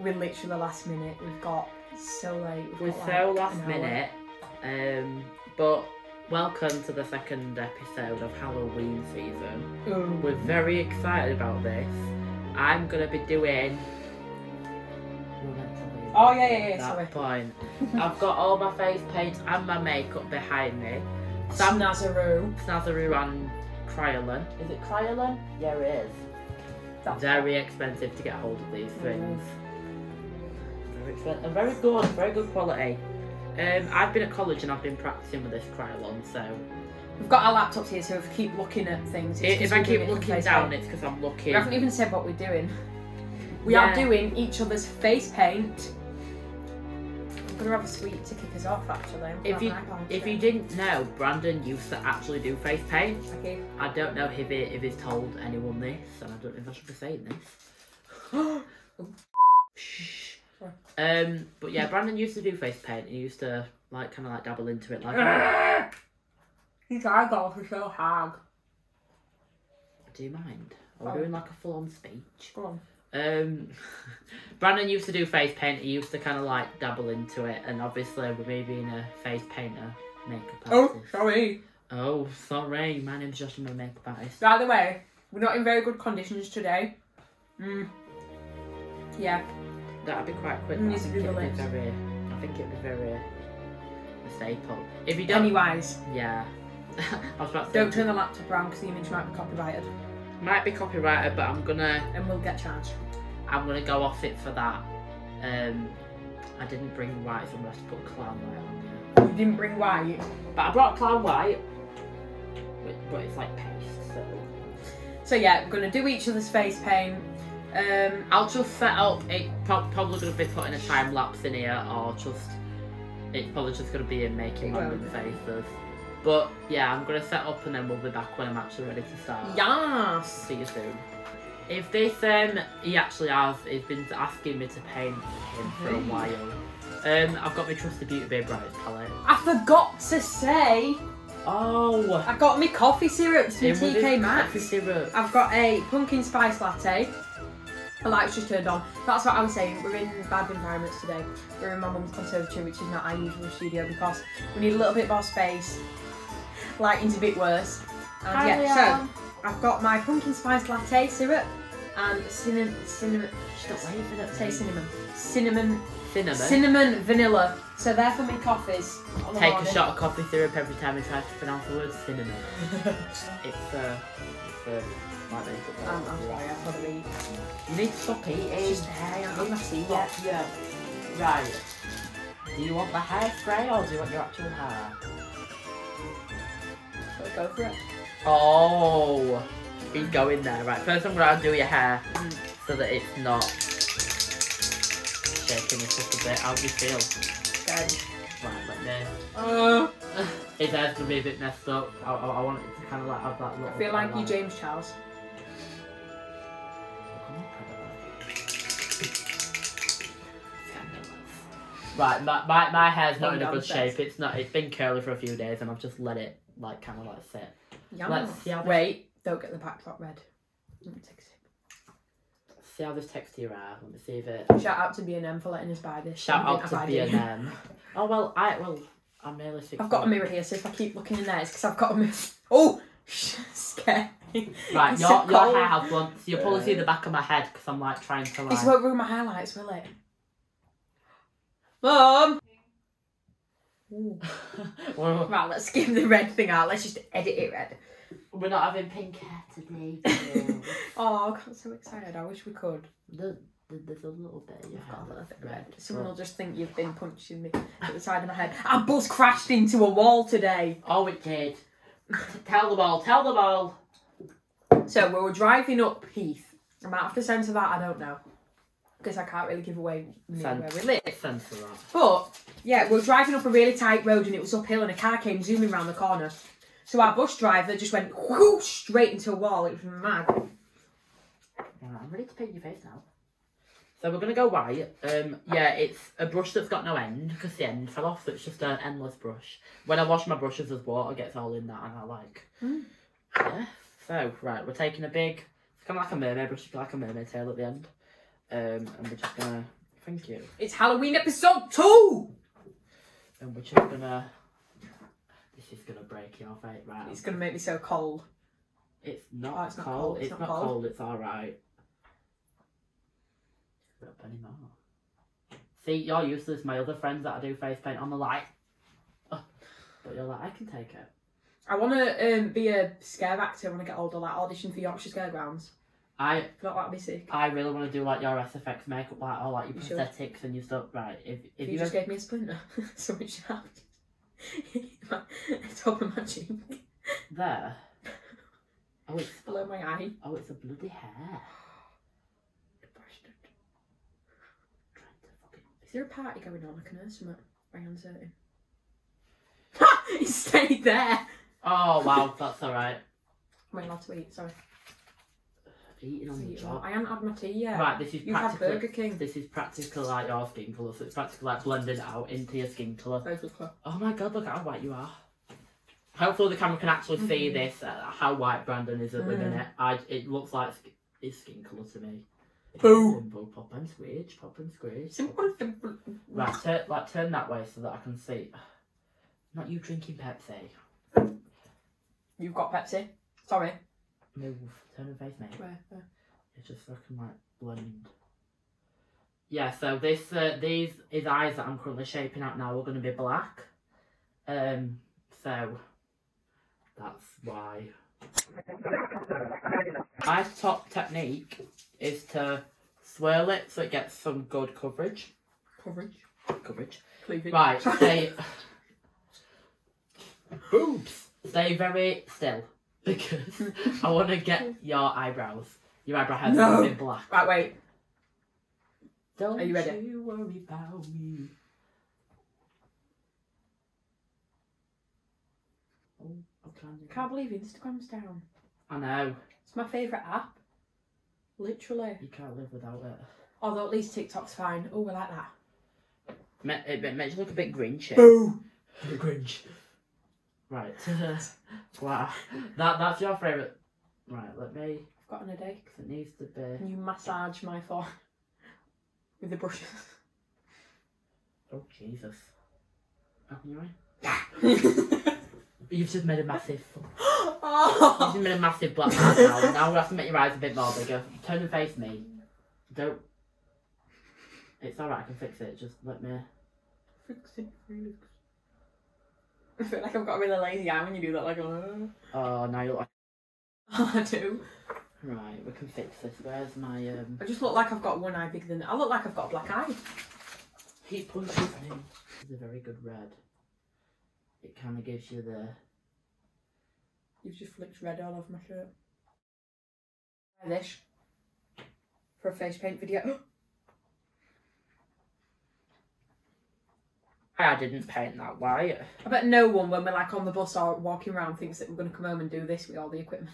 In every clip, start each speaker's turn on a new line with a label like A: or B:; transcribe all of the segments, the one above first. A: We're literally the last minute. We've got so late. We've
B: We're
A: got,
B: so
A: like,
B: last
A: an hour.
B: minute, um, but welcome to the second episode of Halloween season.
A: Ooh.
B: We're very excited about this. I'm gonna be doing. We're meant to leave
A: Oh,
B: that
A: yeah, yeah,
B: at
A: yeah, sorry.
B: That point, I've got all my face paint and my makeup behind me.
A: Sam
B: Sam
A: Nazaroo.
B: Snazaru and Cryolan. Is it Cryolan? Yeah, it is.
A: That's
B: Very expensive to get hold of these things.
A: Mm.
B: Very expensive and very good, very good quality. Um, I've been at college and I've been practicing with this Krylon, so
A: We've got our laptops here, so if we keep looking at things, it's
B: if, if
A: 'cause
B: I
A: we're doing
B: keep
A: it from
B: looking
A: face
B: down,
A: paint.
B: it's because I'm
A: we
B: looking.
A: haven't even said what we're doing. We are
B: Yeah.
A: doing each other's face paint. I'm gonna have a sweet to kick us off, actually. I'm gonna
B: If
A: have
B: you
A: an iPad
B: if
A: today.
B: you didn't know, Brandon used to actually do face paint.
A: Okay.
B: I don't know if he, if he's told anyone this, and I don't know if I should be saying this. Shh.
A: Sorry.
B: um, but yeah, Brandon used to do face paint. He used to like kind of like dabble into it, like.
A: These eyeballs are so hard.
B: Do you mind? Are
A: Oh.
B: we doing like a full on speech?
A: Go on.
B: Um, Brandon used to do face paint. He used to kind of like dabble into it, and obviously with me being a face painter, makeup artist.
A: Oh, sorry.
B: Oh, sorry. My name's Josh. I'm a makeup artist.
A: By the way, we're not in very good conditions today. Mm. Yeah.
B: That'd be quite quick.
A: Mm,
B: but I
A: it's
B: think it'd be
A: relapsed.
B: very. I think it'd be very. A staple. If you don't.
A: Anyways,
B: Yeah. I was about to say,
A: don't turn the laptop around because the image might be copyrighted,
B: might be copyrighted, but I'm gonna
A: and we'll get charged.
B: I'm gonna go off it for that. Um, I didn't bring white, so I'm gonna have to put clown white on there.
A: You didn't bring white.
B: But I brought clown white, but, but it's like paste. So
A: So yeah, we're gonna do each other's face paint. Um,
B: I'll just set up. It prob- probably gonna be putting a time lapse in here, or just it's probably just gonna be in making
A: It
B: random
A: won't.
B: faces. But yeah, I'm gonna set up and then we'll be back when I'm actually ready to start.
A: yes.
B: See you soon. If this um he actually has he's been asking me to paint him for a
A: Mhm.
B: while. Um I've got my trusty beauty babe bright palette.
A: I forgot to say
B: Oh
A: I got me coffee syrups from
B: in with
A: TK
B: his
A: Maxx.
B: coffee syrup.
A: I've got a pumpkin spice latte. The lights just turned on. That's what I was saying. We're in bad environments today. We're in my mum's conservatory, which is not our usual studio because we need a little bit more space. Lighting's a bit worse. And yeah, so I've got my pumpkin spice latte syrup and cinnamon, cinnamon,
B: She's not waving at
A: say
B: me.
A: cinnamon, cinnamon,
B: Cinnamon.
A: cinnamon vanilla. So they're for me coffees. On the
B: Take a
A: morning.
B: shot of coffee syrup every time he tries to pronounce the word cinnamon. It's uh, it's uh, might be a good
A: Um, I'm
B: word.
A: sorry, I've got to eat.
B: You need to stop eating.
A: It's just hair, I'm not seeing
B: yeah,
A: it.
B: yeah. Right. Do you want the hairspray or do you want your actual hair?
A: But go for it.
B: Oh, he's going there. Right, first I'm gonna undo your hair
A: Mm.
B: so that it's not shaking it up a bit. How do you feel?
A: Go.
B: Right, like this. Uh,
A: Oh,
B: His hair's gonna be a bit messed up. I, I, I want it to kind of like have that
A: I
B: little.
A: feel like you,
B: like-
A: James Charles.
B: Right, my, my, my hair's not in a
A: Going
B: good
A: downstairs.
B: shape. It's not. It's been curly for a few days, and I've just let it like kind of like sit.
A: Yum.
B: Let's see how this-
A: Wait, don't get the backdrop red. Let me take a sip.
B: See how this texture are. Let me see if it.
A: Shout out to B&M for letting us buy this.
B: Shout
A: I think
B: out
A: I've
B: to
A: had it.
B: B&M. Oh well, I well, I'm merely six.
A: I've got a mirror here, so if I keep looking in there, it's because I've got a mirror. Oh, scare.
B: Right,
A: It's
B: your,
A: so
B: your
A: cold. Uh.
B: hair has one. So you'll probably see the back of my head because I'm like trying to like.
A: This won't ruin my highlights, will it? Mum! Ooh.
B: we're,
A: Right, let's skim the red thing out. Let's just edit it red.
B: we're not having pink hair today.
A: Oh, I'm so excited. I wish we could.
B: The- the- There's a little bit. You've
A: Got a little bit red. Someone
B: Someone
A: will just think you've been punching me at the side of my head. Our bus crashed into a wall today.
B: Oh, it did. tell them all. Tell them all.
A: So we were driving up Heath. I might have to censor that, I don't know. Because I can't really give away near
B: Cen-
A: where we live.
B: Censor that.
A: But yeah, we were driving up a really tight road and it was uphill and a car came zooming round the corner. So our bus driver just went whoosh, straight into a wall. It was mad.
B: Right, I'm ready to paint your face now. So we're gonna go white. Um, yeah, it's a brush that's got no end because the end fell off, so it's just an endless brush. When I wash my brushes, there's water gets all in that, and I like.
A: Mm.
B: Yeah. So right, we're taking a big. It's kind of like a mermaid brush, it's like a mermaid tail at the end. Um, and we're just gonna thank you.
A: It's Halloween episode two.
B: And we're just gonna. This is gonna break your fate, right?
A: It's gonna make me so cold.
B: It's not,
A: Oh, it's not
B: cold. It's, not, cold. It's all right. Not anymore. See, you're useless. My other friends that I do face paint on the light. But you're like, I can take it.
A: I want to um, be a scare actor when I get older, like audition for Yorkshire Scaregrounds.
B: I
A: I feel like that'd be sick.
B: I really want to do like your SFX makeup, like all like your
A: You should.
B: prosthetics and your stuff. Right? If if
A: If
B: you,
A: you just
B: ever-
A: gave me a splinter, so much shaft. top of my cheek,
B: there. Oh, it's
A: below my eye.
B: oh, it's a bloody hair. Bastard. Trying to fucking.
A: Is there a party going on? I can hear something. Very uncertain. Ha! He stayed there.
B: Oh wow, that's all right.
A: Am I allowed to eat? Sorry.
B: Eating on the
A: Eat more.
B: job.
A: I haven't had my tea yet.
B: Right, this is
A: You've had
B: practically
A: Burger King.
B: This is practically like your skin colour, so it's practically like blended out into your skin colour.
A: Those were close.
B: Oh my god, look how white you are. Hopefully the camera can actually see
A: Mhm.
B: this, uh, how white Brandon is at the
A: Mm.
B: minute. I, it looks like sk- his skin colour to me.
A: Boo.
B: Simple, pop and squidge, pop and squidge.
A: Simple, simple.
B: Right, turn, like, turn that way so that I can see. Not you drinking Pepsi.
A: You've got Pepsi. Sorry.
B: Move, turn and face me.
A: Where? where?
B: It's just fucking like blend. Yeah, so this uh, these his eyes that I'm currently shaping out now are gonna be black. Um so that's why. My top technique is to swirl it so it gets some good coverage.
A: Coverage.
B: Coverage.
A: Cleavage.
B: Right,
A: Sorry.
B: stay Boobs. Stay very still because I wanna get your eyebrows. Your eyebrow hairs
A: No.
B: gonna be black.
A: Right, wait.
B: Don't
A: Are you ready?
B: you worry about me. Oh, okay.
A: Can't believe Instagram's down.
B: I know.
A: It's my favourite app. Literally.
B: You can't live without it.
A: Although at least TikTok's fine. Oh, we like that.
B: Ma- It, it makes you look a bit grinchy.
A: Boo!
B: Grinch. Right. wow. That that's your favourite. Right. Let me.
A: I've got an headache.
B: 'cause it needs to be.
A: Can you massage my forehead with the brushes?
B: Oh Jesus. Oh, you right?
A: oh.
B: You've just made a massive. You've just made a massive black mark now. Now we have to make your eyes a bit more bigger. Turn and face me. Don't. It's alright, I can fix it. Just let me.
A: I feel like I've got a really lazy eye when you do that. Like, oh,
B: Oh, now you look like.
A: I do.
B: Right, we can fix this. Where's my. um
A: I just look like I've got one eye bigger than. I look like I've got a black eye.
B: Heat punches me. It's a very good red. It kind of gives you the.
A: You've just flicked red all over my shirt. Try This for a face paint video.
B: I didn't paint that white.
A: I bet no one, when we're like on the bus or walking around, thinks that we're going to come home and do this with all the equipment.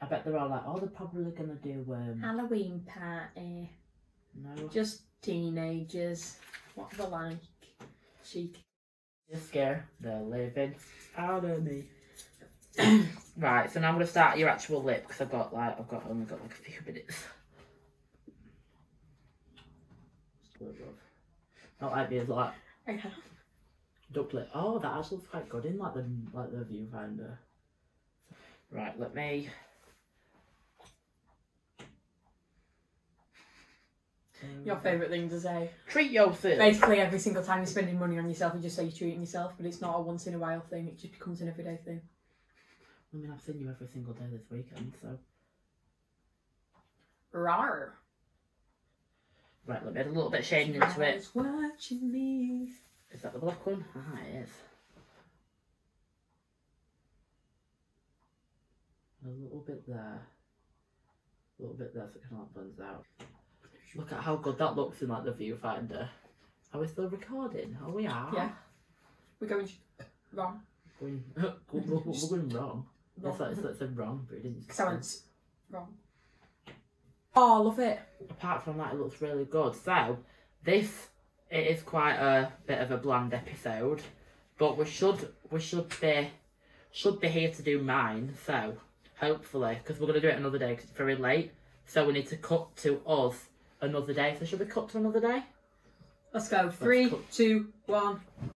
B: I bet they're all like, oh, they're probably gonna do. um
A: Halloween party.
B: No.
A: Just teenagers. What they like. Chic.
B: Just scare the living out of me. right, so now I'm gonna start your actual lip because I've got like I've got only got like a few minutes. Not like these like
A: I have.
B: duck lip. Oh, that actually looks quite good in like the like the viewfinder. Right, let me.
A: Your favourite thing to say.
B: Treat yourself.
A: Basically, every single time you're spending money on yourself, you just say you're treating yourself, but it's not a once in a while thing, it just becomes an everyday thing.
B: I mean, I've seen you every single day this weekend, so.
A: Rar.
B: Right, let me add a little bit of shading into it.
A: Eyes watching me.
B: Is that the black one? Ah, it is. A little bit there. A little bit there so it kind of like blends out. Look at how good that looks in like the viewfinder. Are we still recording? Oh, we are.
A: Yeah. We're going sh- wrong.
B: Going, we're, we're- we're going wrong. That's
A: Wrong.
B: like, it's like said wrong, but it didn't.
A: Because I went s- wrong. Oh, I love it.
B: Apart from that, it looks really good. So, this it is quite a bit of a bland episode, but we should we should be should be here to do mine. So, hopefully, because we're gonna do it another day 'cause it's very late. So we need to cut to us another day. So should we cut to another day?
A: Let's go. Three,
B: cool.
A: two, one.